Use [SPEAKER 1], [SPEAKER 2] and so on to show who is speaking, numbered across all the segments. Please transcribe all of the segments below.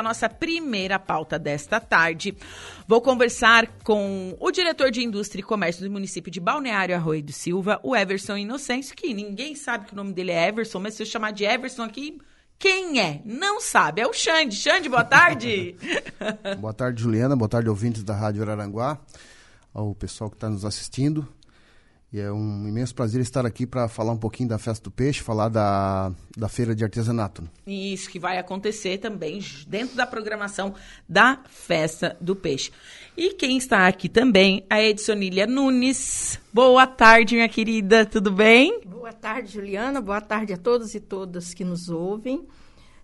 [SPEAKER 1] a nossa primeira pauta desta tarde. Vou conversar com o diretor de Indústria e Comércio do município de Balneário Arroio do Silva, o Everson Inocêncio, que ninguém sabe que o nome dele é Everson, mas se eu chamar de Everson aqui, quem é? Não sabe. É o Xande. Xande, boa tarde.
[SPEAKER 2] boa tarde, Juliana. Boa tarde, ouvintes da Rádio Araranguá, ao pessoal que está nos assistindo. E é um imenso prazer estar aqui para falar um pouquinho da Festa do Peixe, falar da, da Feira de Artesanato.
[SPEAKER 1] Isso, que vai acontecer também dentro da programação da Festa do Peixe. E quem está aqui também, é a Edsonília Nunes. Boa tarde, minha querida, tudo bem?
[SPEAKER 3] Boa tarde, Juliana. Boa tarde a todos e todas que nos ouvem.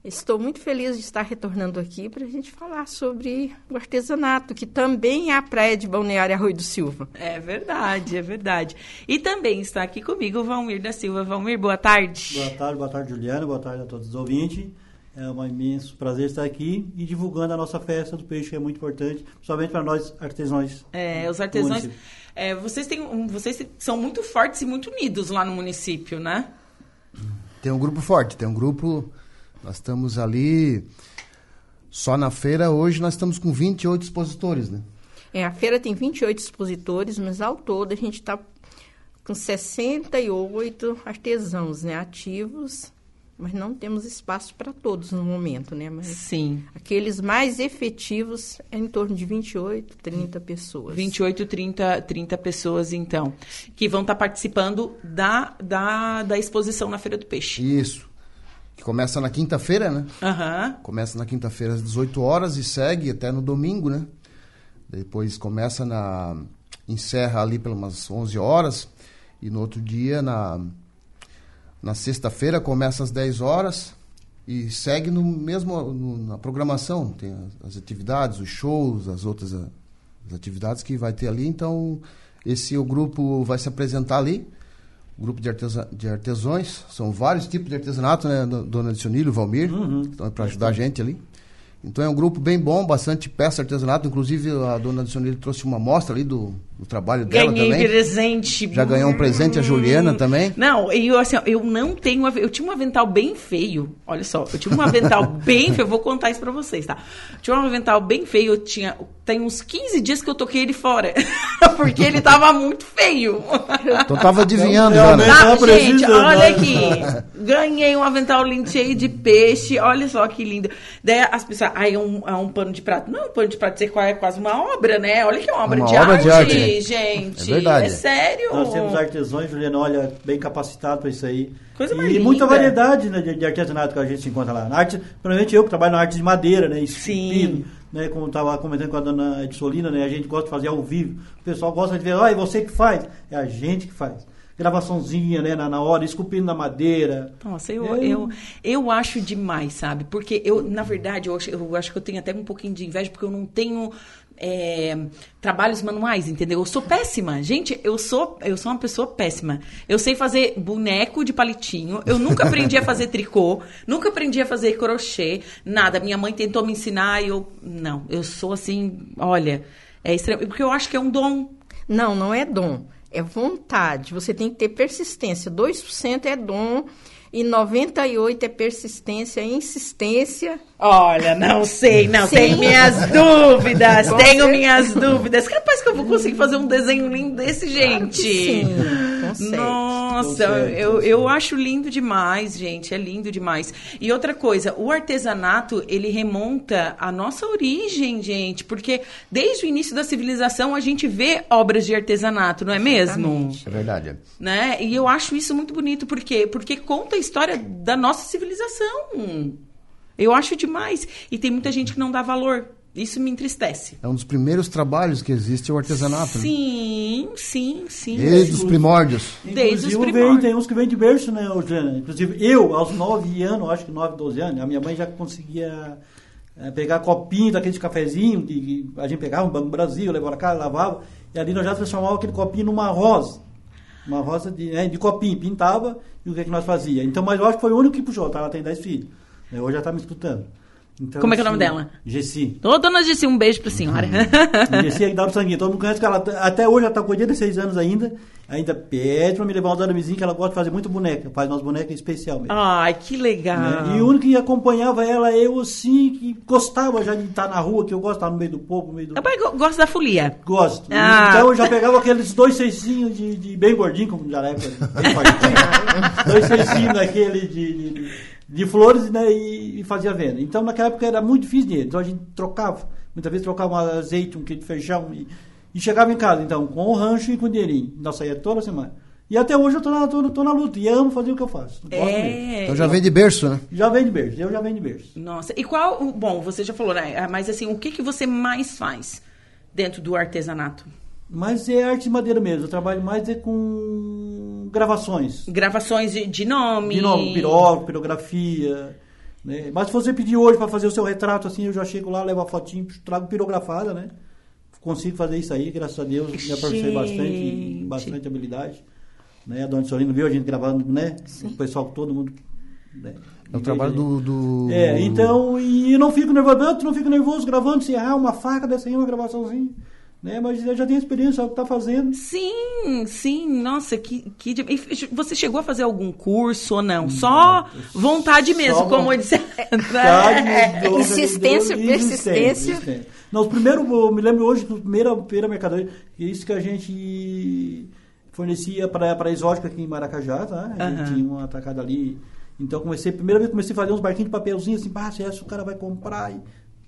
[SPEAKER 3] Estou muito feliz de estar retornando aqui para a gente falar sobre o artesanato, que também é a praia de Balneário Arroio do Silva.
[SPEAKER 1] É verdade, é verdade. E também está aqui comigo o Valmir da Silva. Valmir, boa tarde.
[SPEAKER 4] Boa tarde, boa tarde, Juliana, boa tarde a todos os ouvintes. É um imenso prazer estar aqui e divulgando a nossa festa do peixe, que é muito importante, principalmente para nós artesãos.
[SPEAKER 1] É, os artesãos. É, vocês, têm, vocês são muito fortes e muito unidos lá no município, né?
[SPEAKER 2] Tem um grupo forte, tem um grupo. Nós estamos ali. Só na feira hoje nós estamos com 28 expositores, né?
[SPEAKER 3] É, a feira tem 28 expositores, mas ao todo a gente está com 68 artesãos né, ativos, mas não temos espaço para todos no momento, né? Mas
[SPEAKER 1] Sim.
[SPEAKER 3] aqueles mais efetivos é em torno de 28, 30 pessoas.
[SPEAKER 1] 28, 30, 30 pessoas, então, que vão estar tá participando da, da, da exposição na Feira do Peixe.
[SPEAKER 2] Isso que começa na quinta-feira, né?
[SPEAKER 1] Uhum.
[SPEAKER 2] Começa na quinta-feira às 18 horas e segue até no domingo, né? Depois começa na encerra ali pelas 11 horas e no outro dia na na sexta-feira começa às 10 horas e segue no mesmo no, na programação, tem as, as, atividades, os shows, as outras as atividades que vai ter ali, então esse o grupo vai se apresentar ali grupo de, artesa, de artesões, são vários tipos de artesanato, né, Dona Dicionílio, Valmir, uhum. então é para ajudar a gente ali. Então é um grupo bem bom, bastante peça artesanato, inclusive a Dona Dicionílio trouxe uma amostra ali do, do trabalho dela
[SPEAKER 1] Ganhei
[SPEAKER 2] também.
[SPEAKER 1] presente.
[SPEAKER 2] Já ganhou um presente a Juliana também.
[SPEAKER 1] Não, eu assim, eu não tenho, eu tinha um avental bem feio. Olha só, eu tinha um avental bem feio, eu vou contar isso para vocês, tá? Eu tinha um avental bem feio, eu tinha tem uns 15 dias que eu toquei ele fora, porque ele tava muito feio.
[SPEAKER 2] Então tava adivinhando, então,
[SPEAKER 1] né? Tá, gente,
[SPEAKER 2] né?
[SPEAKER 1] olha aqui. Ganhei um avental lindo cheio de peixe, olha só que lindo. Daí as pessoas, aí ah, é um, é um pano de prato. Não, um pano de prato é quase uma obra, né? Olha que é uma obra,
[SPEAKER 2] uma
[SPEAKER 1] de,
[SPEAKER 2] obra
[SPEAKER 1] arte.
[SPEAKER 2] de arte. Né?
[SPEAKER 1] gente.
[SPEAKER 2] É verdade.
[SPEAKER 1] É sério.
[SPEAKER 4] Nós temos artesãos, Juliana, olha, bem capacitado para isso aí.
[SPEAKER 1] Coisa
[SPEAKER 4] e
[SPEAKER 1] mais linda.
[SPEAKER 4] muita variedade né, de, de, artesanato que a gente se encontra lá. Na arte, principalmente eu que trabalho na arte de madeira, né?
[SPEAKER 1] Sim.
[SPEAKER 4] Né, como estava comentando com a dona Edsolina, né, a gente gosta de fazer ao vivo. O pessoal gosta de ver, olha, é você que faz. É a gente que faz gravaçãozinha, né, na, na, hora, esculpindo na madeira.
[SPEAKER 1] Nossa, eu, eu, eu, eu acho demais, sabe? Porque eu, na verdade, eu acho, eu acho que eu tenho até um pouquinho de inveja, porque eu não tenho é, trabalhos manuais, entendeu? Eu sou péssima, gente. Eu sou, eu sou uma pessoa péssima. Eu sei fazer boneco de palitinho. Eu nunca aprendi a fazer tricô, nunca aprendi a fazer crochê, nada. Minha mãe tentou me ensinar e eu não. Eu sou assim, olha, é estranho, porque eu acho que é um dom.
[SPEAKER 3] Não, não é dom. É vontade. Você tem que ter persistência. 2% é dom. E 98 é persistência, insistência.
[SPEAKER 1] Olha, não sei, não. Sim. Tenho minhas dúvidas, com tenho certeza. minhas dúvidas. Capaz que eu vou conseguir fazer um desenho lindo desse, gente.
[SPEAKER 3] Claro sim,
[SPEAKER 1] Nossa, consegue, eu, consegue. eu acho lindo demais, gente. É lindo demais. E outra coisa, o artesanato, ele remonta à nossa origem, gente. Porque desde o início da civilização a gente vê obras de artesanato, não é mesmo?
[SPEAKER 2] É verdade.
[SPEAKER 1] Né? E eu acho isso muito bonito. Por quê? Porque conta história da nossa civilização. Eu acho demais. E tem muita gente que não dá valor. Isso me entristece.
[SPEAKER 2] É um dos primeiros trabalhos que existe é o artesanato.
[SPEAKER 1] Sim, né? sim, sim.
[SPEAKER 2] Desde os primórdios.
[SPEAKER 1] Desde os primórdios.
[SPEAKER 4] um Vem, tem uns que vêm de berço, né, Juliana? Inclusive, eu, aos 9 anos, acho que 9, 12 anos, a minha mãe já conseguia eh, pegar copinho daquele cafezinho que a gente pegava no Banco Brasil, levava cá, lavava. E ali nós já transformávamos aquele copinho numa rosa uma rosa de, né, de copinho, pintava, e o que, é que nós fazia. Então, mas eu acho que foi o único que puxou, tá? Ela tem 10 filhos. Né? Hoje já está me tá escutando. Então,
[SPEAKER 1] Como é que é o nome
[SPEAKER 4] assim,
[SPEAKER 1] dela?
[SPEAKER 4] Gessi.
[SPEAKER 1] Ô, dona Gessi, um beijo pra senhora.
[SPEAKER 4] Descia e dava o sanguinho. Todo mundo conhece que ela tá- até hoje ela tá com 86 anos ainda. Ainda pede pra me levar os aramezinhos, que ela gosta de fazer muito boneca. Faz umas bonecas especial mesmo.
[SPEAKER 1] Ai, que legal.
[SPEAKER 4] né? E o único que acompanhava ela, eu sim, que gostava já de estar na rua, que eu gosto de estar no meio do povo, no meio do.
[SPEAKER 1] Papai go- gosta da folia.
[SPEAKER 4] Gosto.
[SPEAKER 1] Ah.
[SPEAKER 4] Então eu já pegava aqueles dois ceicinhos de, de bem gordinho, como já na época. bem fortinho. dois ceicinhos daquele de, de- de, de flores né, e, e fazia venda. Então naquela época era muito difícil dinheiro. Então a gente trocava. Muitas vezes trocava um azeite, um quilo de feijão. E, e chegava em casa, então, com o rancho e com o dinheirinho. Nós saía toda semana. E até hoje eu tô na, tô, tô na luta. E amo fazer o que eu faço. Gosto mesmo.
[SPEAKER 1] É.
[SPEAKER 2] Então já vem de berço, né?
[SPEAKER 4] Já vem de berço. Eu já venho de berço.
[SPEAKER 1] Nossa, e qual. o- Bom, você já falou, né? Ah, Mas assim, o que, que você mais faz dentro do artesanato?
[SPEAKER 4] Mas é arte de madeira mesmo. Eu trabalho mais é com gravações.
[SPEAKER 1] Gravações de, de nome.
[SPEAKER 4] De novo, pirógrafo, pirografia. Né? Mas se você pedir hoje para fazer o seu retrato, assim, eu já chego lá, levo a fotinho, trago pirografada, né? Consigo fazer isso aí, graças a Deus, me aperfeiçoei bastante,
[SPEAKER 1] Gente.
[SPEAKER 4] bastante habilidade. Né? A dona Sorina viu a gente gravando, né? O pessoal, todo mundo. Né?
[SPEAKER 2] É o trabalho do. do-
[SPEAKER 4] É, então, e eu não fico nervoso, tanto não fico nervoso gravando, se errar uma faca dessa aí, uma gravaçãozinha. Né? Mas eu já tenho experiência, sabe o que tá fazendo.
[SPEAKER 1] Sim, sim, nossa, que, que de- e f- você chegou a fazer algum curso ou não? Só vontade mesmo,
[SPEAKER 4] Só
[SPEAKER 1] como
[SPEAKER 4] vontade. É,
[SPEAKER 1] eu disse.
[SPEAKER 4] Vontade, dor,
[SPEAKER 3] É, Insistência,
[SPEAKER 4] dor, insistência,
[SPEAKER 3] persistência.
[SPEAKER 4] insistência. Não, os primeiros, eu me lembro hoje, na primeira feira mercadoria, que é isso que a gente fornecia para a exótica aqui em Maracajá, tá? A gente
[SPEAKER 1] Aham.
[SPEAKER 4] tinha uma atacada ali. Então comecei, primeira vez comecei a fazer uns barquinhos de papelzinho, assim, pá, se essa o cara vai comprar. E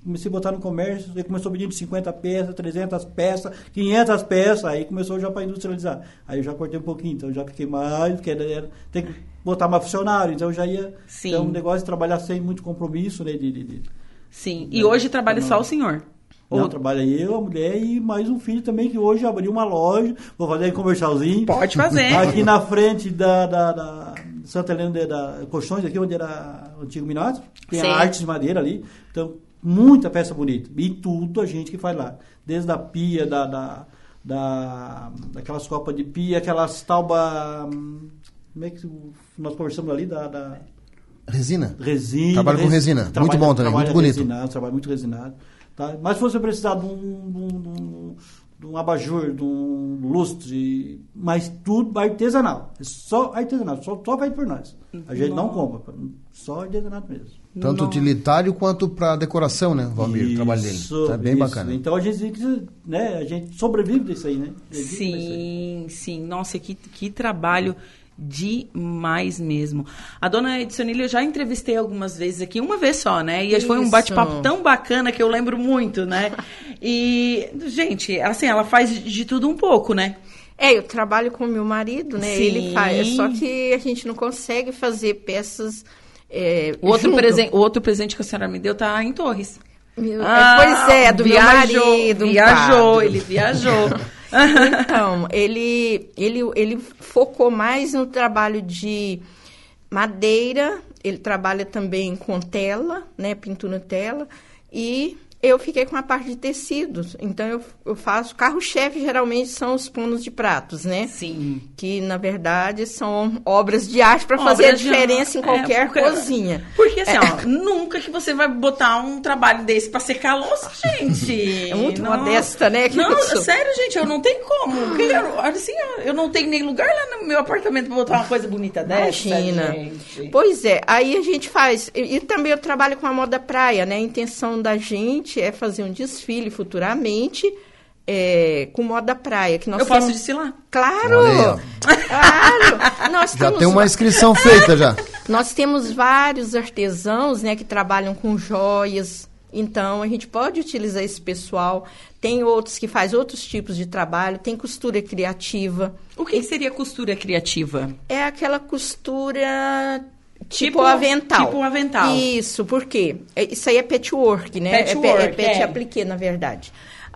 [SPEAKER 4] comecei a botar no comércio, aí começou a pedir de 50 peças, 300 peças, 500 peças, aí começou já para industrializar. Aí eu já cortei um pouquinho, então eu já fiquei mais, porque era- era- tem que botar mais funcionário, então eu já ia...
[SPEAKER 1] Sim.
[SPEAKER 4] Então, o negócio de trabalhar sem muito compromisso, né? De, de, de-
[SPEAKER 1] Sim, e hoje trabalha só o senhor.
[SPEAKER 4] Não,
[SPEAKER 1] Ou-
[SPEAKER 4] trabalha eu, a mulher e mais um filho também, que hoje abriu uma loja. Vou fazer um comercialzinho. tá
[SPEAKER 1] Pode fazer.
[SPEAKER 4] Aqui na frente da, da, da Santa Helena de- da Colchões, aqui onde era o antigo Minastro. Tem
[SPEAKER 1] Sim.
[SPEAKER 4] a arte de madeira ali. Então, muita peça bonita. E tudo a gente que faz lá. Desde a pia, da, da, da- daquelas copas de pia, aquelas taubas... Como é que o- nós conversamos ali? Da, da-
[SPEAKER 2] Resina.
[SPEAKER 4] resina.
[SPEAKER 2] Trabalho com
[SPEAKER 4] resi-
[SPEAKER 2] resina. Muito
[SPEAKER 4] trabalho-
[SPEAKER 2] bom também, muito
[SPEAKER 4] trabalho
[SPEAKER 2] bonito.
[SPEAKER 4] Resinado, trabalho muito resinado. Tá? Mas se você precisar de um, de um- de um- de um abajur, de um lustre, mas tudo artesanal. É Só artesanal, só, só feito por nós. A gente não compra, só artesanato mesmo.
[SPEAKER 1] Nossa.
[SPEAKER 2] Tanto utilitário quanto para decoração, né, Valmir? o trabalho dele.
[SPEAKER 4] Isso,
[SPEAKER 2] Tá bem
[SPEAKER 4] isso.
[SPEAKER 2] bacana.
[SPEAKER 4] Então a gente, né, a gente sobrevive disso aí, né? Sobrevive disso aí.
[SPEAKER 1] Sim, sim. Nossa, que, que trabalho demais mesmo. A dona Edsonília eu já entrevistei algumas vezes aqui, uma vez só, né? E foi um
[SPEAKER 3] Isso.
[SPEAKER 1] bate-papo tão bacana que eu lembro muito, né? E, gente, assim, ela faz de- de tudo um pouco, né?
[SPEAKER 3] É, eu trabalho com meu marido, né?
[SPEAKER 1] Sim.
[SPEAKER 3] Ele faz. Só que a gente não consegue fazer peças. É,
[SPEAKER 1] O outro,
[SPEAKER 3] junto.
[SPEAKER 1] presen o outro presente que a senhora me deu tá em Torres.
[SPEAKER 3] Meu- é,
[SPEAKER 1] Ah,
[SPEAKER 3] pois é, do
[SPEAKER 1] viajou,
[SPEAKER 3] meu marido. um
[SPEAKER 1] Viajou,
[SPEAKER 3] quadro.
[SPEAKER 1] ele viajou.
[SPEAKER 3] Então, ele, ele, ele focou mais no trabalho de madeira, ele trabalha também com tela, né, pintura tela, e eu fiquei com a parte de tecidos. Então, eu, eu faço, carro-chefe geralmente são os panos de pratos, né?
[SPEAKER 1] Sim.
[SPEAKER 3] Que, na verdade, são obras de arte para fazer a
[SPEAKER 1] Obras de
[SPEAKER 3] diferença em
[SPEAKER 1] arte,
[SPEAKER 3] qualquer
[SPEAKER 1] é, porque-
[SPEAKER 3] cozinha.
[SPEAKER 1] Porque assim, ó, nunca que você vai botar um trabalho desse pra secar a louça, gente.
[SPEAKER 3] É muito modesta, né, que
[SPEAKER 1] Não,
[SPEAKER 3] eu sou.
[SPEAKER 1] sério, gente, eu não tenho como. Porque eu, assim, ó, eu não tenho nem lugar lá no meu apartamento pra botar uma coisa bonita dessa,
[SPEAKER 3] Imagina.
[SPEAKER 1] gente.
[SPEAKER 3] Pois é, aí a gente faz. E, e também eu trabalho com a moda praia, né? A intenção da gente é fazer um desfile futuramente é, com moda praia. Que nós
[SPEAKER 1] eu posso
[SPEAKER 3] temos-
[SPEAKER 1] desfilar?
[SPEAKER 2] Olha
[SPEAKER 3] Claro! Claro! Nós
[SPEAKER 2] Já
[SPEAKER 3] temos
[SPEAKER 2] tem uma inscrição feita já.
[SPEAKER 3] nós temos vários artesãos, né, que trabalham com joias. Então, a gente pode utilizar esse pessoal. Tem outros que faz outros tipos de trabalho, tem costura criativa.
[SPEAKER 1] O que, que seria costura criativa?
[SPEAKER 3] É aquela costura tipo,
[SPEAKER 1] Tipo-
[SPEAKER 3] avental.
[SPEAKER 1] tipo avental.
[SPEAKER 3] Isso, por quê? É- Isso aí é patchwork, né? É pe- é
[SPEAKER 1] Patchwork,
[SPEAKER 3] pet
[SPEAKER 1] é.
[SPEAKER 3] appliqué, na verdade.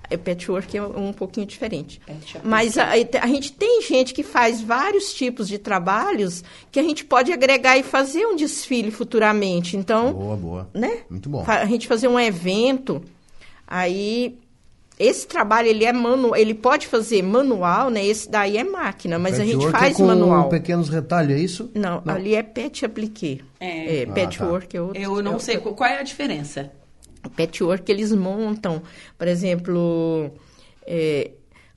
[SPEAKER 3] É patchwork é um pouquinho diferente.
[SPEAKER 1] Patch appliqué.
[SPEAKER 3] Mas a, a gente tem gente que faz vários tipos de trabalhos que a gente pode agregar e fazer um desfile futuramente. Então,
[SPEAKER 2] Boa, boa.
[SPEAKER 3] né?
[SPEAKER 2] Muito bom.
[SPEAKER 3] Fa- A gente fazer um evento, aí esse trabalho ele é manu, ele pode fazer manual, né? Esse daí é máquina, mas a gente
[SPEAKER 2] Patchwork é
[SPEAKER 3] faz
[SPEAKER 2] com
[SPEAKER 3] manual.
[SPEAKER 2] pequenos retalhos, é isso?
[SPEAKER 3] Não, ali é pet appliqué.
[SPEAKER 1] É.
[SPEAKER 3] É,
[SPEAKER 2] Ah,
[SPEAKER 3] patchwork é outro.
[SPEAKER 1] Eu
[SPEAKER 3] é
[SPEAKER 1] não sei
[SPEAKER 3] outro-
[SPEAKER 1] qual é a diferença.
[SPEAKER 3] o patchwork que eles montam, por exemplo, é,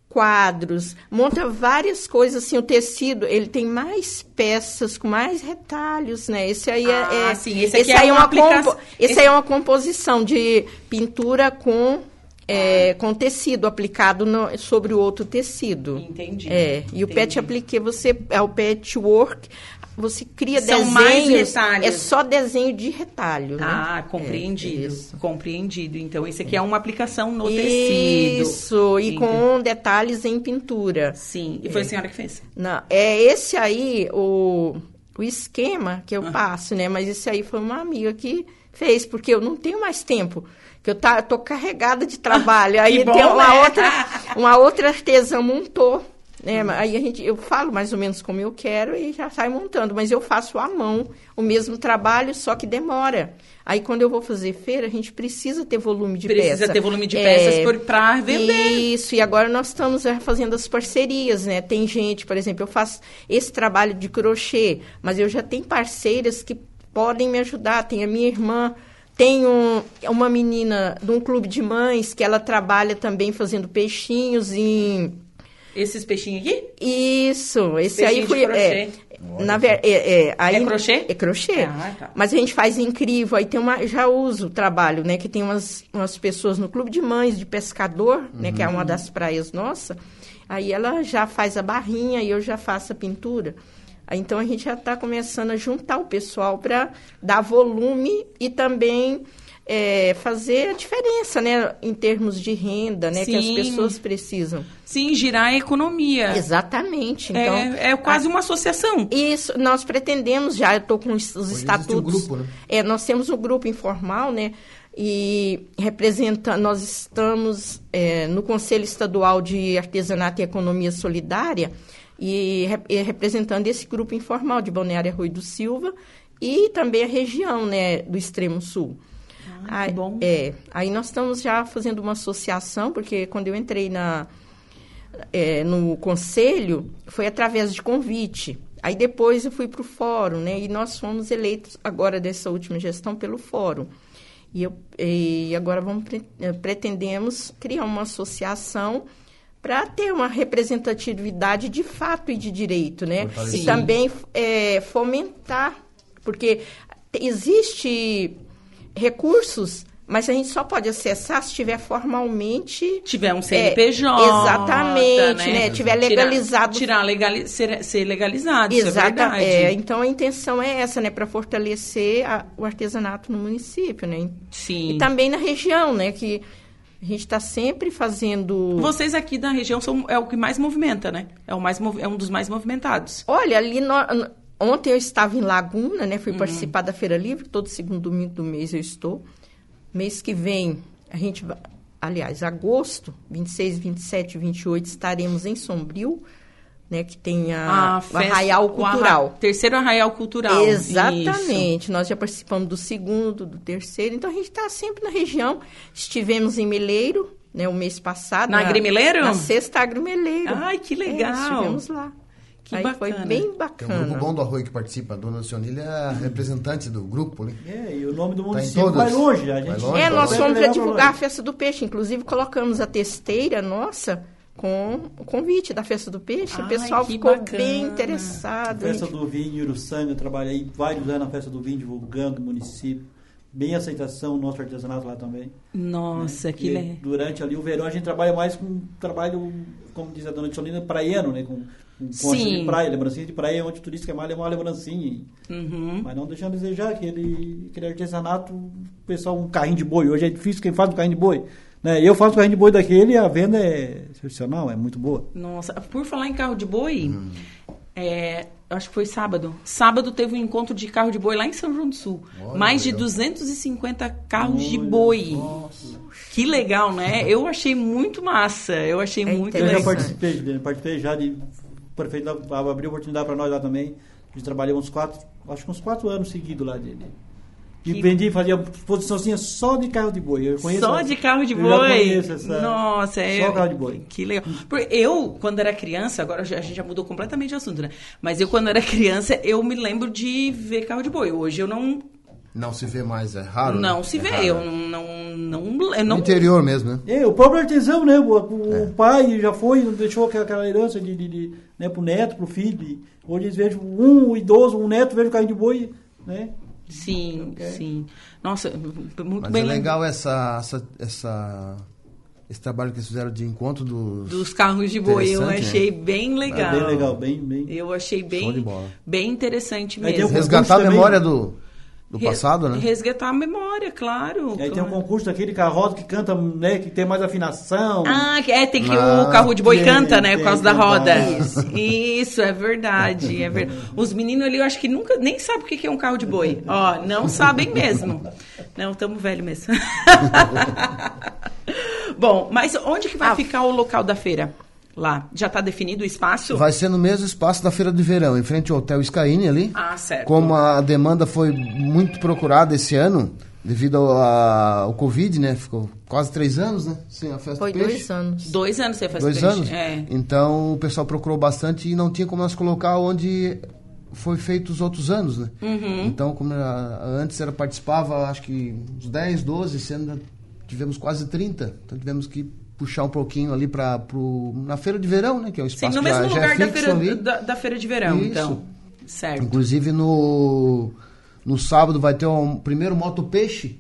[SPEAKER 3] quadros, monta várias coisas assim, o tecido, ele tem mais peças com mais retalhos, né? Esse aí é,
[SPEAKER 1] Ah,
[SPEAKER 3] é-
[SPEAKER 1] sim, esse aqui é
[SPEAKER 3] aí
[SPEAKER 1] uma aplica-
[SPEAKER 3] compo- esse, aí é uma composição de pintura com
[SPEAKER 1] Ah.
[SPEAKER 3] é, com tecido aplicado no- sobre o outro tecido.
[SPEAKER 1] Entendi.
[SPEAKER 3] É, e o
[SPEAKER 1] Entendi.
[SPEAKER 3] pet aplique você é o patchwork, você cria
[SPEAKER 1] São
[SPEAKER 3] desenhos,
[SPEAKER 1] mais retalhos.
[SPEAKER 3] é só desenho de retalho, né?
[SPEAKER 1] Ah,
[SPEAKER 3] É,
[SPEAKER 1] compreendido.
[SPEAKER 3] isso.
[SPEAKER 1] compreendido. Então, esse aqui é uma aplicação no tecido.
[SPEAKER 3] Isso, e
[SPEAKER 1] Entendi.
[SPEAKER 3] com detalhes em pintura.
[SPEAKER 1] Sim. E foi a senhora que fez?
[SPEAKER 3] Não, é esse aí o, o esquema que eu
[SPEAKER 1] Ah.
[SPEAKER 3] passo, né? Mas esse aí foi uma amiga que fez, porque eu não tenho mais tempo. Que eu tá, tô carregada de trabalho. Aí
[SPEAKER 1] bom,
[SPEAKER 3] tem uma
[SPEAKER 1] né?
[SPEAKER 3] outra, uma outra artesã montou. Né?
[SPEAKER 1] Hum.
[SPEAKER 3] Aí a gente, eu falo mais ou menos como eu quero e já sai montando, mas eu faço à mão o mesmo trabalho, só que demora. Aí quando eu vou fazer feira, a gente precisa ter volume de É,
[SPEAKER 1] Precisa
[SPEAKER 3] peças.
[SPEAKER 1] ter volume de peças para vender.
[SPEAKER 3] Isso, e agora nós estamos é, fazendo as parcerias, né? Tem gente, por exemplo, eu faço esse trabalho de crochê, mas eu já tenho parceiras que podem me ajudar. Tem a minha irmã, tem um- uma menina de um clube de mães que ela trabalha também fazendo peixinhos em.
[SPEAKER 1] Esses peixinhos aqui?
[SPEAKER 3] Isso, esse
[SPEAKER 1] Peixinho
[SPEAKER 3] aí
[SPEAKER 1] de
[SPEAKER 3] foi. é,
[SPEAKER 1] crochê.
[SPEAKER 3] na ver, é, é, aí-
[SPEAKER 1] É crochê?
[SPEAKER 3] É crochê.
[SPEAKER 1] Ah, tá.
[SPEAKER 3] Mas a gente faz em crivo, aí tem uma. Já uso o trabalho, né? Que tem umas, umas pessoas no clube de mães, de pescador, né? Que é uma das praias nossa. Aí ela já faz a barrinha e eu já faço a pintura. Aí, Então a gente já está começando a juntar o pessoal para dar volume e também é, fazer a diferença, né? Em termos de renda, né? Que as
[SPEAKER 1] Sim.
[SPEAKER 3] pessoas precisam.
[SPEAKER 1] Sim, girar a economia.
[SPEAKER 3] Exatamente. Então,
[SPEAKER 1] é, é quase uma associação.
[SPEAKER 3] isso, nós pretendemos já, eu estou com os, os
[SPEAKER 2] existe
[SPEAKER 3] estatutos.
[SPEAKER 2] um grupo, né?
[SPEAKER 3] É, nós temos um grupo informal, né? E representa, nós estamos é, no Conselho Estadual de Artesanato e Economia Solidária e, re- e representando esse grupo informal de Balneário Rui do Silva e também a região né, do Extremo Sul.
[SPEAKER 1] Ah, que bom.
[SPEAKER 3] É, aí nós estamos já fazendo uma associação, porque quando eu entrei na, é, no conselho foi através de convite. Aí depois eu fui para o fórum, né? E nós fomos eleitos agora dessa última gestão pelo fórum. E, eu- e agora vamos pre- eh, pretendemos criar uma associação para ter uma representatividade de fato e de direito, né?
[SPEAKER 2] Fortalecer.
[SPEAKER 3] E também eh, fomentar, porque existe recursos, mas a gente só pode acessar se tiver formalmente
[SPEAKER 1] Tiver um
[SPEAKER 3] é,
[SPEAKER 1] CNPJ.
[SPEAKER 3] exatamente, né? Tiver legalizado.
[SPEAKER 1] Tirar, tirar legali- ser, ser legalizado, isso é
[SPEAKER 3] Exata-
[SPEAKER 1] verdade.
[SPEAKER 3] é, então a intenção é essa, né? Para fortalecer a- o artesanato no município, né?
[SPEAKER 1] Sim.
[SPEAKER 3] E também na região, né? Que a gente está sempre fazendo.
[SPEAKER 1] Vocês aqui da região são, é o que mais movimenta, né? É, o mais, mov- é um dos mais movimentados.
[SPEAKER 3] Olha, ali no- no- ontem eu estava em Laguna, né?
[SPEAKER 1] Uhum.
[SPEAKER 3] Fui participar da Feira Livre, todo segundo domingo do mês eu estou. Mês que vem, a gente vai. Aliás, agosto, 26, 27 e 28, estaremos em Sombrio, né? Que tem a, o
[SPEAKER 1] Ah, festa-
[SPEAKER 3] Arraial
[SPEAKER 1] o arra-
[SPEAKER 3] Cultural.
[SPEAKER 1] terceiro Arraial Cultural. Então, Isso.
[SPEAKER 3] Exatamente. Nós já participamos do segundo, do terceiro. Então, a gente está sempre na região. Estivemos em Meleiro, né, o mês passado.
[SPEAKER 1] Na Agrimeleiro?
[SPEAKER 3] Na sexta Agrimeleiro.
[SPEAKER 1] Ai, que
[SPEAKER 3] É,
[SPEAKER 1] legal.
[SPEAKER 3] estivemos lá.
[SPEAKER 1] Que
[SPEAKER 3] Aí
[SPEAKER 1] bacana.
[SPEAKER 3] foi bem
[SPEAKER 2] Tem um grupo bom
[SPEAKER 3] bacana.
[SPEAKER 2] do Arroio que participa. A dona Sionilha é a representante do grupo né? ali.
[SPEAKER 4] É, e o nome do
[SPEAKER 2] Tá em
[SPEAKER 4] município
[SPEAKER 2] todas.
[SPEAKER 4] vai longe. A
[SPEAKER 2] Vai
[SPEAKER 4] gente
[SPEAKER 2] longe, tá
[SPEAKER 3] É,
[SPEAKER 2] Olha,
[SPEAKER 3] nós
[SPEAKER 2] olha.
[SPEAKER 3] fomos
[SPEAKER 4] Vai
[SPEAKER 3] para
[SPEAKER 4] levar pra
[SPEAKER 3] divulgar a
[SPEAKER 4] longe.
[SPEAKER 3] Festa do Peixe. Inclusive, colocamos a testeira nossa com o convite da Festa do Peixe.
[SPEAKER 1] Ai,
[SPEAKER 3] o pessoal
[SPEAKER 1] que
[SPEAKER 3] ficou
[SPEAKER 1] bacana.
[SPEAKER 3] bem interessado.
[SPEAKER 4] Festa do Vinho em Uruçanga, eu trabalhei vários anos na Festa do Vinho, divulgando o município. Bem aceitação, o nosso artesanato lá também.
[SPEAKER 1] Nossa,
[SPEAKER 4] né?
[SPEAKER 1] que
[SPEAKER 4] E
[SPEAKER 1] legal.
[SPEAKER 4] Durante ali o verão a gente trabalha mais com trabalho, como diz a dona Tcholina, praiano, né? Com, com concha
[SPEAKER 1] Sim.
[SPEAKER 4] de praia, lembrancinha de praia, onde o turista quer mais levar uma lembrancinha.
[SPEAKER 1] Uhum.
[SPEAKER 4] Mas não deixando de desejar aquele, aquele artesanato, o pessoal, um carrinho de boi. Hoje é difícil quem faz um carrinho de boi. Né? Eu faço um carrinho de boi daquele e a venda é excepcional, é muito boa.
[SPEAKER 1] Nossa, por falar em carro de boi,
[SPEAKER 4] Uhum.
[SPEAKER 1] é, eu acho que foi sábado. Sábado teve um encontro de carro de boi lá em São João do Sul.
[SPEAKER 2] Olha,
[SPEAKER 1] Mais de
[SPEAKER 2] legal.
[SPEAKER 1] 250 carros de
[SPEAKER 4] Olha,
[SPEAKER 1] boi.
[SPEAKER 2] Nossa.
[SPEAKER 1] Que legal, né? Eu achei muito massa. Eu achei
[SPEAKER 3] É
[SPEAKER 1] muito
[SPEAKER 4] Eu já
[SPEAKER 3] Interessante.
[SPEAKER 1] legal.
[SPEAKER 4] participei, né? participei já de o prefeito da- abriu oportunidade para nós lá também. A gente trabalhou uns quatro, acho que uns quatro anos seguidos lá dele. E
[SPEAKER 1] Que-
[SPEAKER 4] vendi, fazia posiçãozinha só de carro de boi. Eu conheço
[SPEAKER 1] Só
[SPEAKER 4] essa-
[SPEAKER 1] de carro de
[SPEAKER 4] eu
[SPEAKER 1] boi?
[SPEAKER 4] já conheço essa-
[SPEAKER 1] Nossa, é.
[SPEAKER 4] Só carro de boi.
[SPEAKER 1] Que legal. Por- eu, quando era criança, agora já- a gente já mudou completamente de assunto, né? Mas eu, quando era criança, eu me lembro de ver carro de boi. Hoje eu não.
[SPEAKER 2] Não se vê mais, é raro. né?
[SPEAKER 1] não se
[SPEAKER 2] É
[SPEAKER 1] vê,
[SPEAKER 2] raro,
[SPEAKER 1] eu
[SPEAKER 2] né?
[SPEAKER 1] não, não, não, eu
[SPEAKER 2] No
[SPEAKER 1] não
[SPEAKER 2] interior mesmo, né?
[SPEAKER 4] É, o próprio artesão, né? O, o pai já foi, não deixou aquela, aquela herança de, de, de, né, pro neto, pro filho. E hoje eles vejam um idoso, um neto, vejo carrinho de boi, né?
[SPEAKER 1] Sim,
[SPEAKER 4] Ok.
[SPEAKER 1] sim. Nossa, muito
[SPEAKER 2] Mas
[SPEAKER 1] bem né?
[SPEAKER 2] é
[SPEAKER 1] lembrado.
[SPEAKER 2] legal essa, essa, essa- esse trabalho que eles fizeram de encontro dos...
[SPEAKER 1] dos carros de boi. Eu
[SPEAKER 2] Interessante, né?
[SPEAKER 1] achei bem legal.
[SPEAKER 4] É bem legal, bem, bem.
[SPEAKER 1] Eu achei
[SPEAKER 2] Show de
[SPEAKER 1] bem,
[SPEAKER 2] bola.
[SPEAKER 1] bem interessante
[SPEAKER 4] Aí tem
[SPEAKER 1] mesmo.
[SPEAKER 4] o-
[SPEAKER 2] Resgatar a
[SPEAKER 4] também,
[SPEAKER 2] memória do, do
[SPEAKER 1] Re-
[SPEAKER 2] passado, né?
[SPEAKER 1] Resgatar a memória, claro.
[SPEAKER 4] E aí tem um
[SPEAKER 1] claro.
[SPEAKER 4] concurso daquele carroça que canta, né? Que tem mais afinação.
[SPEAKER 1] Ah, é, tem que
[SPEAKER 2] Ah,
[SPEAKER 1] o carro de boi
[SPEAKER 4] tem,
[SPEAKER 1] canta, né?
[SPEAKER 4] tem
[SPEAKER 1] Por causa da
[SPEAKER 4] que cantar.
[SPEAKER 1] roda. Isso, é verdade, é verdade. Os meninos ali, eu acho que nunca, nem sabem o que que é um carro de boi. Ó, não sabem mesmo. Não, estamos velho mesmo. Bom, mas onde que vai
[SPEAKER 3] Ah.
[SPEAKER 1] ficar o local da feira? Lá, já está definido o espaço?
[SPEAKER 2] Vai ser no mesmo espaço da Feira de Verão, em frente ao Hotel Skyline ali.
[SPEAKER 1] Ah, certo.
[SPEAKER 2] Como a demanda foi muito procurada esse ano, devido ao, a- ao Covid, né? Ficou quase três anos, né? Sem a festa
[SPEAKER 3] Foi
[SPEAKER 2] do peixe.
[SPEAKER 3] dois anos.
[SPEAKER 1] Dois anos você faz
[SPEAKER 2] Dois
[SPEAKER 1] peixe?
[SPEAKER 2] anos?
[SPEAKER 1] É.
[SPEAKER 2] Então o pessoal procurou bastante e não tinha como nós colocar onde foi feito os outros anos, né?
[SPEAKER 1] Uhum.
[SPEAKER 2] Então, como era- antes era participava, acho que uns 10, 12, esse ano já tivemos quase 30. Então tivemos que puxar um pouquinho ali para na feira de verão, né, que é o
[SPEAKER 1] Sim,
[SPEAKER 2] espaço
[SPEAKER 1] no
[SPEAKER 2] que já-
[SPEAKER 1] mesmo
[SPEAKER 2] já é
[SPEAKER 1] lugar da,
[SPEAKER 2] fixo
[SPEAKER 1] feira,
[SPEAKER 2] ali.
[SPEAKER 1] da, da feira de verão,
[SPEAKER 2] Isso.
[SPEAKER 1] então. Certo.
[SPEAKER 2] Inclusive no no sábado vai ter um primeiro moto peixe,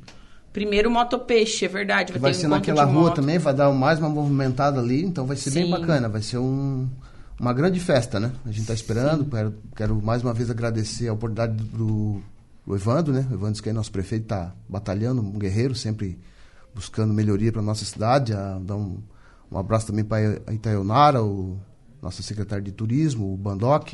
[SPEAKER 1] Primeiro motopeixe, é verdade. Vai,
[SPEAKER 2] que vai
[SPEAKER 1] ter um
[SPEAKER 2] ser
[SPEAKER 1] encontro
[SPEAKER 2] naquela
[SPEAKER 1] de
[SPEAKER 2] rua
[SPEAKER 1] moto.
[SPEAKER 2] também, vai dar mais uma movimentada ali, então vai ser
[SPEAKER 1] Sim.
[SPEAKER 2] bem bacana, vai ser um, uma grande festa, né? A gente tá esperando, quero, quero mais uma vez agradecer a oportunidade do, do Evandro, né? O Evandro que é nosso prefeito, tá batalhando, um guerreiro, sempre buscando melhoria para nossa cidade, a, dar um, um abraço também para Itaionara, o nosso secretário de turismo, o Bandoc,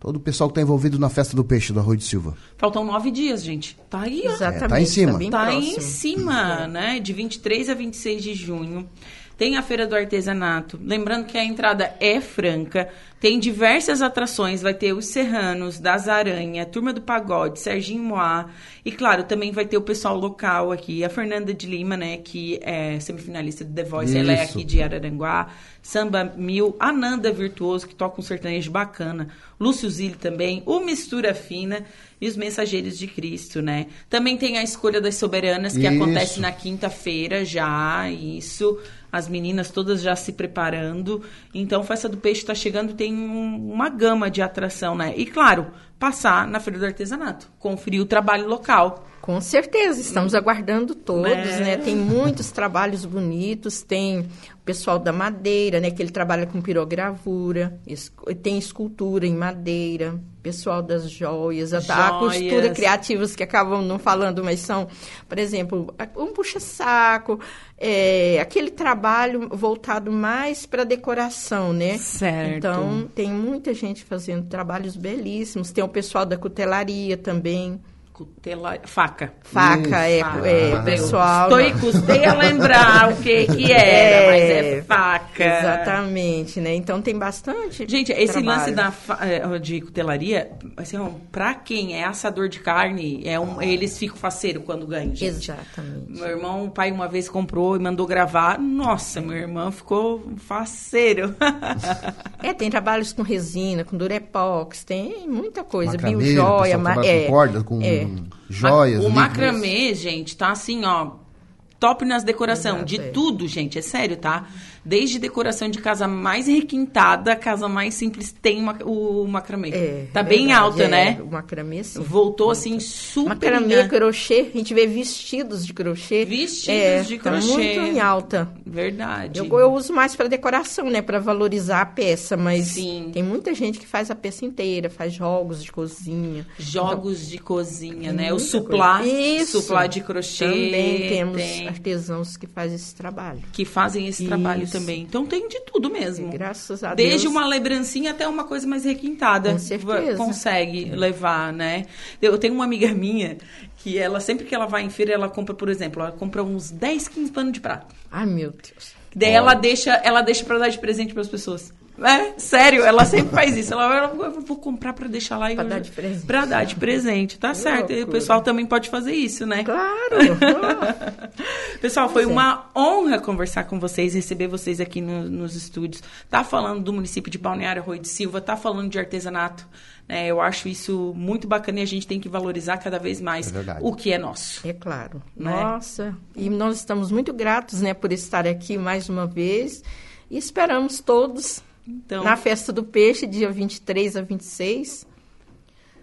[SPEAKER 2] todo o pessoal que está envolvido na festa do peixe do Arroio de Silva.
[SPEAKER 1] Faltam nove dias, gente. Tá aí, ó.
[SPEAKER 3] Exatamente. é
[SPEAKER 2] tá em cima.
[SPEAKER 3] bem
[SPEAKER 1] Tá em
[SPEAKER 3] próximo. É.
[SPEAKER 1] cima, né? De 23 a 26 de junho. Tem a Feira do Artesanato. Lembrando que a entrada é franca. Tem diversas atrações. Vai ter os Serranos, Das Aranha, Turma do Pagode, Serginho Moá. E, claro, também vai ter o pessoal local aqui. A Fernanda de Lima, né? Que é semifinalista do The Voice. Ela é
[SPEAKER 2] Isso.
[SPEAKER 1] aqui de Araranguá. Samba Mil. Ananda Virtuoso, que toca um sertanejo bacana. Lúcio Zilli também. O Mistura Fina. E os Mensageiros de Cristo, né? Também tem a Escolha das Soberanas, que
[SPEAKER 2] Isso.
[SPEAKER 1] acontece na quinta-feira já, isso. As meninas todas já se preparando. Então, Festa do Peixe está chegando, tem um- uma gama de atração, né? E, claro, passar na Feira do Artesanato, conferir o trabalho local.
[SPEAKER 3] Com certeza, estamos aguardando todos,
[SPEAKER 1] Né?
[SPEAKER 3] né? Tem muitos trabalhos bonitos, tem o pessoal da madeira, né? Que ele trabalha com pirogravura, es- tem escultura em madeira, pessoal das joias, a, da- a
[SPEAKER 1] Joias.
[SPEAKER 3] costura criativas que acabam não falando, mas são, por exemplo, a- um puxa-saco, é, aquele trabalho voltado mais para decoração, né?
[SPEAKER 1] Certo.
[SPEAKER 3] Então, tem muita gente fazendo trabalhos belíssimos. Tem o pessoal da cutelaria também.
[SPEAKER 1] Cutela... Faca.
[SPEAKER 3] Faca, é,
[SPEAKER 1] Faca.
[SPEAKER 3] é,
[SPEAKER 1] Ah,
[SPEAKER 3] pessoal.
[SPEAKER 1] Estou e custei a lembrar o que, que era, mas é
[SPEAKER 3] É,
[SPEAKER 1] faca.
[SPEAKER 3] Exatamente, né? Então tem bastante.
[SPEAKER 1] Gente, esse
[SPEAKER 3] trabalho.
[SPEAKER 1] lance da fa- eh, de cutelaria, assim, ó, pra quem é assador de carne, é
[SPEAKER 3] Ah.
[SPEAKER 1] um, eles ficam faceiro quando ganham, gente.
[SPEAKER 3] Exatamente.
[SPEAKER 1] Meu irmão, o pai uma vez comprou e mandou gravar. Nossa, meu irmão ficou faceiro.
[SPEAKER 3] É, tem trabalhos com resina, com durepox, tem muita coisa.
[SPEAKER 2] Macramê,
[SPEAKER 3] Biojoia,
[SPEAKER 2] o pessoal
[SPEAKER 3] ma-
[SPEAKER 2] trabalha
[SPEAKER 3] é,
[SPEAKER 2] com cordas, com
[SPEAKER 3] é.
[SPEAKER 2] joias.
[SPEAKER 1] O
[SPEAKER 2] líquidos.
[SPEAKER 1] macramê, gente, tá assim, ó. Top nas decoração
[SPEAKER 3] Exato,
[SPEAKER 1] de
[SPEAKER 3] é.
[SPEAKER 1] tudo, gente, é sério, tá? Desde decoração de casa mais requintada, a casa mais simples, tem ma- o macramê.
[SPEAKER 3] É,
[SPEAKER 1] tá bem
[SPEAKER 3] verdade,
[SPEAKER 1] alta,
[SPEAKER 3] é.
[SPEAKER 1] né?
[SPEAKER 3] O macramê, sim.
[SPEAKER 1] Voltou assim super
[SPEAKER 3] Macramê,
[SPEAKER 1] né?
[SPEAKER 3] crochê, a gente vê vestidos de crochê.
[SPEAKER 1] Vestidos
[SPEAKER 3] É,
[SPEAKER 1] de
[SPEAKER 3] tá
[SPEAKER 1] crochê.
[SPEAKER 3] muito em alta.
[SPEAKER 1] Verdade.
[SPEAKER 3] Eu, eu uso mais para decoração, né? Para valorizar a peça, mas
[SPEAKER 1] Sim.
[SPEAKER 3] tem muita gente que faz a peça inteira, faz jogos de cozinha.
[SPEAKER 1] Jogos de cozinha, né? O
[SPEAKER 3] Muita
[SPEAKER 1] suplá,
[SPEAKER 3] coisa. Isso.
[SPEAKER 1] suplá de crochê.
[SPEAKER 3] Também temos
[SPEAKER 1] tem,
[SPEAKER 3] artesãos que fazem esse trabalho.
[SPEAKER 1] que fazem esse trabalho
[SPEAKER 3] Isso. É
[SPEAKER 1] também. Então tem de tudo mesmo.
[SPEAKER 3] Graças a Deus.
[SPEAKER 1] Desde uma lembrancinha até uma coisa mais requintada.
[SPEAKER 3] Com
[SPEAKER 1] Va-
[SPEAKER 3] certeza.
[SPEAKER 1] Consegue levar, né? Eu tenho uma amiga minha que ela, sempre que ela vai em feira, ela compra, por exemplo, ela compra uns 10, 15 panos de prato.
[SPEAKER 3] Ai, meu Deus.
[SPEAKER 1] Daí ela deixa, ela deixa pra dar de presente pras pessoas. É, sério, ela sempre faz isso. Ela, ela eu vou comprar para deixar lá e
[SPEAKER 3] Pra dar de presente.
[SPEAKER 1] Pra dar de presente, tá certo. E o
[SPEAKER 3] loucura.
[SPEAKER 1] pessoal também pode fazer isso, né?
[SPEAKER 3] Claro!
[SPEAKER 1] Pessoal, foi
[SPEAKER 3] Pois é.
[SPEAKER 1] uma honra conversar com vocês, receber vocês aqui no- nos estúdios. Tá falando do município de Balneário Rui de Silva, tá falando de artesanato. né? eu acho isso muito bacana e a gente tem que valorizar cada vez mais
[SPEAKER 2] É verdade.
[SPEAKER 1] o que é nosso.
[SPEAKER 3] É claro.
[SPEAKER 1] Né?
[SPEAKER 3] Nossa, e nós estamos muito gratos, né, por estar aqui mais uma vez. E esperamos todos
[SPEAKER 1] Então,
[SPEAKER 3] na festa do peixe, dia 23 a 26.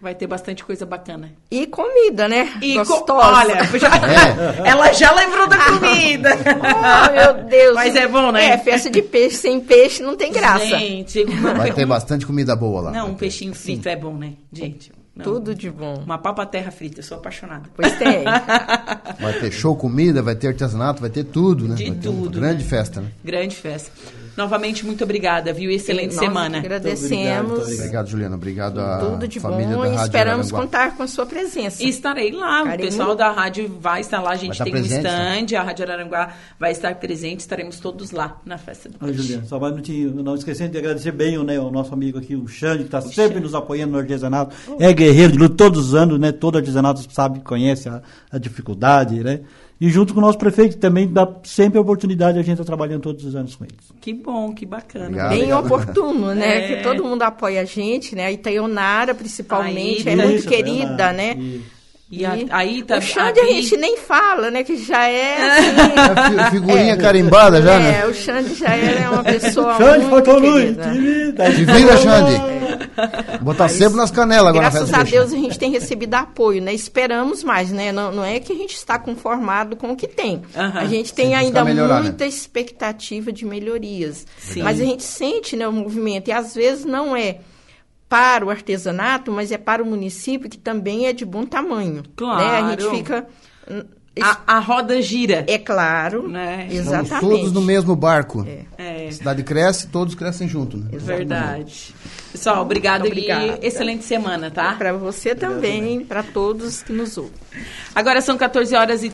[SPEAKER 1] vai ter bastante coisa bacana.
[SPEAKER 3] E comida, né?
[SPEAKER 1] E co-
[SPEAKER 3] Gostosa.
[SPEAKER 1] olha,
[SPEAKER 2] É.
[SPEAKER 1] já- ela já lembrou da comida.
[SPEAKER 3] Oh, meu Deus.
[SPEAKER 1] Mas é bom, né?
[SPEAKER 3] É, festa de peixe sem peixe não tem graça.
[SPEAKER 1] Gente, uma-
[SPEAKER 2] Vai
[SPEAKER 3] Então,
[SPEAKER 2] ter bastante comida boa lá.
[SPEAKER 1] não,
[SPEAKER 2] Vai
[SPEAKER 1] um
[SPEAKER 2] ter.
[SPEAKER 1] peixinho frito é bom, né? Gente, não.
[SPEAKER 3] Tudo de bom.
[SPEAKER 1] Uma papa terra frita, eu sou apaixonada.
[SPEAKER 3] Pois tem.
[SPEAKER 2] Vai ter show, comida, vai ter artesanato, vai ter tudo, né?
[SPEAKER 1] De
[SPEAKER 2] vai ter
[SPEAKER 1] tudo,
[SPEAKER 2] Uma grande
[SPEAKER 1] né?
[SPEAKER 2] festa, né?
[SPEAKER 1] Grande festa. Novamente, muito obrigada, viu? E Excelente
[SPEAKER 3] Nós
[SPEAKER 1] semana.
[SPEAKER 4] Muito
[SPEAKER 3] Agradecemos.
[SPEAKER 4] obrigado,
[SPEAKER 2] Obrigado, Juliana. Obrigado à
[SPEAKER 3] Tudo de
[SPEAKER 2] família
[SPEAKER 3] bom
[SPEAKER 2] da
[SPEAKER 3] e
[SPEAKER 2] Rádio
[SPEAKER 3] esperamos
[SPEAKER 2] Araranguá.
[SPEAKER 3] contar com a sua presença.
[SPEAKER 1] E estarei lá. O
[SPEAKER 3] Carinho.
[SPEAKER 1] pessoal da rádio vai estar lá. A gente
[SPEAKER 2] estar
[SPEAKER 1] tem
[SPEAKER 2] presente, né?
[SPEAKER 1] um stand. A Rádio Araranguá vai estar presente. Estaremos todos lá na festa do
[SPEAKER 4] Olha,
[SPEAKER 1] peixe.
[SPEAKER 4] Juliana, só vai não, te- não esquecendo de agradecer bem né, ao nosso amigo aqui, o Xande, que está sempre nos apoiando no artesanato. É guerreiro de luta todos os anos, né? Todo artesanato sabe, conhece a, a dificuldade, né? E junto com o nosso prefeito também dá sempre a oportunidade de a gente estar trabalhando todos os anos com eles.
[SPEAKER 1] Que bom, que bacana.
[SPEAKER 2] Obrigado.
[SPEAKER 3] É Bem oportuno, né?
[SPEAKER 1] É.
[SPEAKER 3] Que todo mundo apoia a gente, né? A Itaionara, principalmente,
[SPEAKER 1] A
[SPEAKER 3] é
[SPEAKER 1] Ita.
[SPEAKER 3] muito
[SPEAKER 4] Isso,
[SPEAKER 3] querida,
[SPEAKER 4] ela-
[SPEAKER 3] né?
[SPEAKER 4] isso.
[SPEAKER 1] E a, aí tá
[SPEAKER 3] o Xande a gente nem fala, né? Que já é assim,
[SPEAKER 2] É fi- figurinha carimbada já, né?
[SPEAKER 3] é, o Xande já é uma pessoa
[SPEAKER 4] Xande,
[SPEAKER 3] muito
[SPEAKER 4] faltou luz!
[SPEAKER 3] querida.
[SPEAKER 4] Divida!
[SPEAKER 3] É.
[SPEAKER 2] Te vira, Xande. Botar sebo nas canelas agora na
[SPEAKER 3] Graças
[SPEAKER 2] festa
[SPEAKER 3] a
[SPEAKER 2] do peixe.
[SPEAKER 3] Deus a gente tem recebido apoio, né? Esperamos mais, né? Não, não é que a gente está conformado com o que tem.
[SPEAKER 1] Aham.
[SPEAKER 3] A gente tem
[SPEAKER 2] Sempre
[SPEAKER 3] ainda
[SPEAKER 2] buscar melhorar, né?
[SPEAKER 3] muita expectativa de melhorias.
[SPEAKER 1] Sim.
[SPEAKER 3] Mas a gente sente né, o movimento. E às vezes não é para o artesanato, mas é para o município, que também é de bom tamanho.
[SPEAKER 1] Claro.
[SPEAKER 3] Né? A gente fica. hum,
[SPEAKER 1] A, a roda gira.
[SPEAKER 3] É claro.
[SPEAKER 1] Né?
[SPEAKER 2] Estamos
[SPEAKER 3] Exatamente.
[SPEAKER 2] todos no mesmo barco.
[SPEAKER 1] É.
[SPEAKER 2] A cidade cresce, todos crescem junto, né?
[SPEAKER 1] Verdade. Pessoal, obrigada
[SPEAKER 3] Muito obrigada.
[SPEAKER 1] e excelente semana, tá?
[SPEAKER 3] Para você também, para todos que nos ouvem.
[SPEAKER 1] Agora são 14 horas e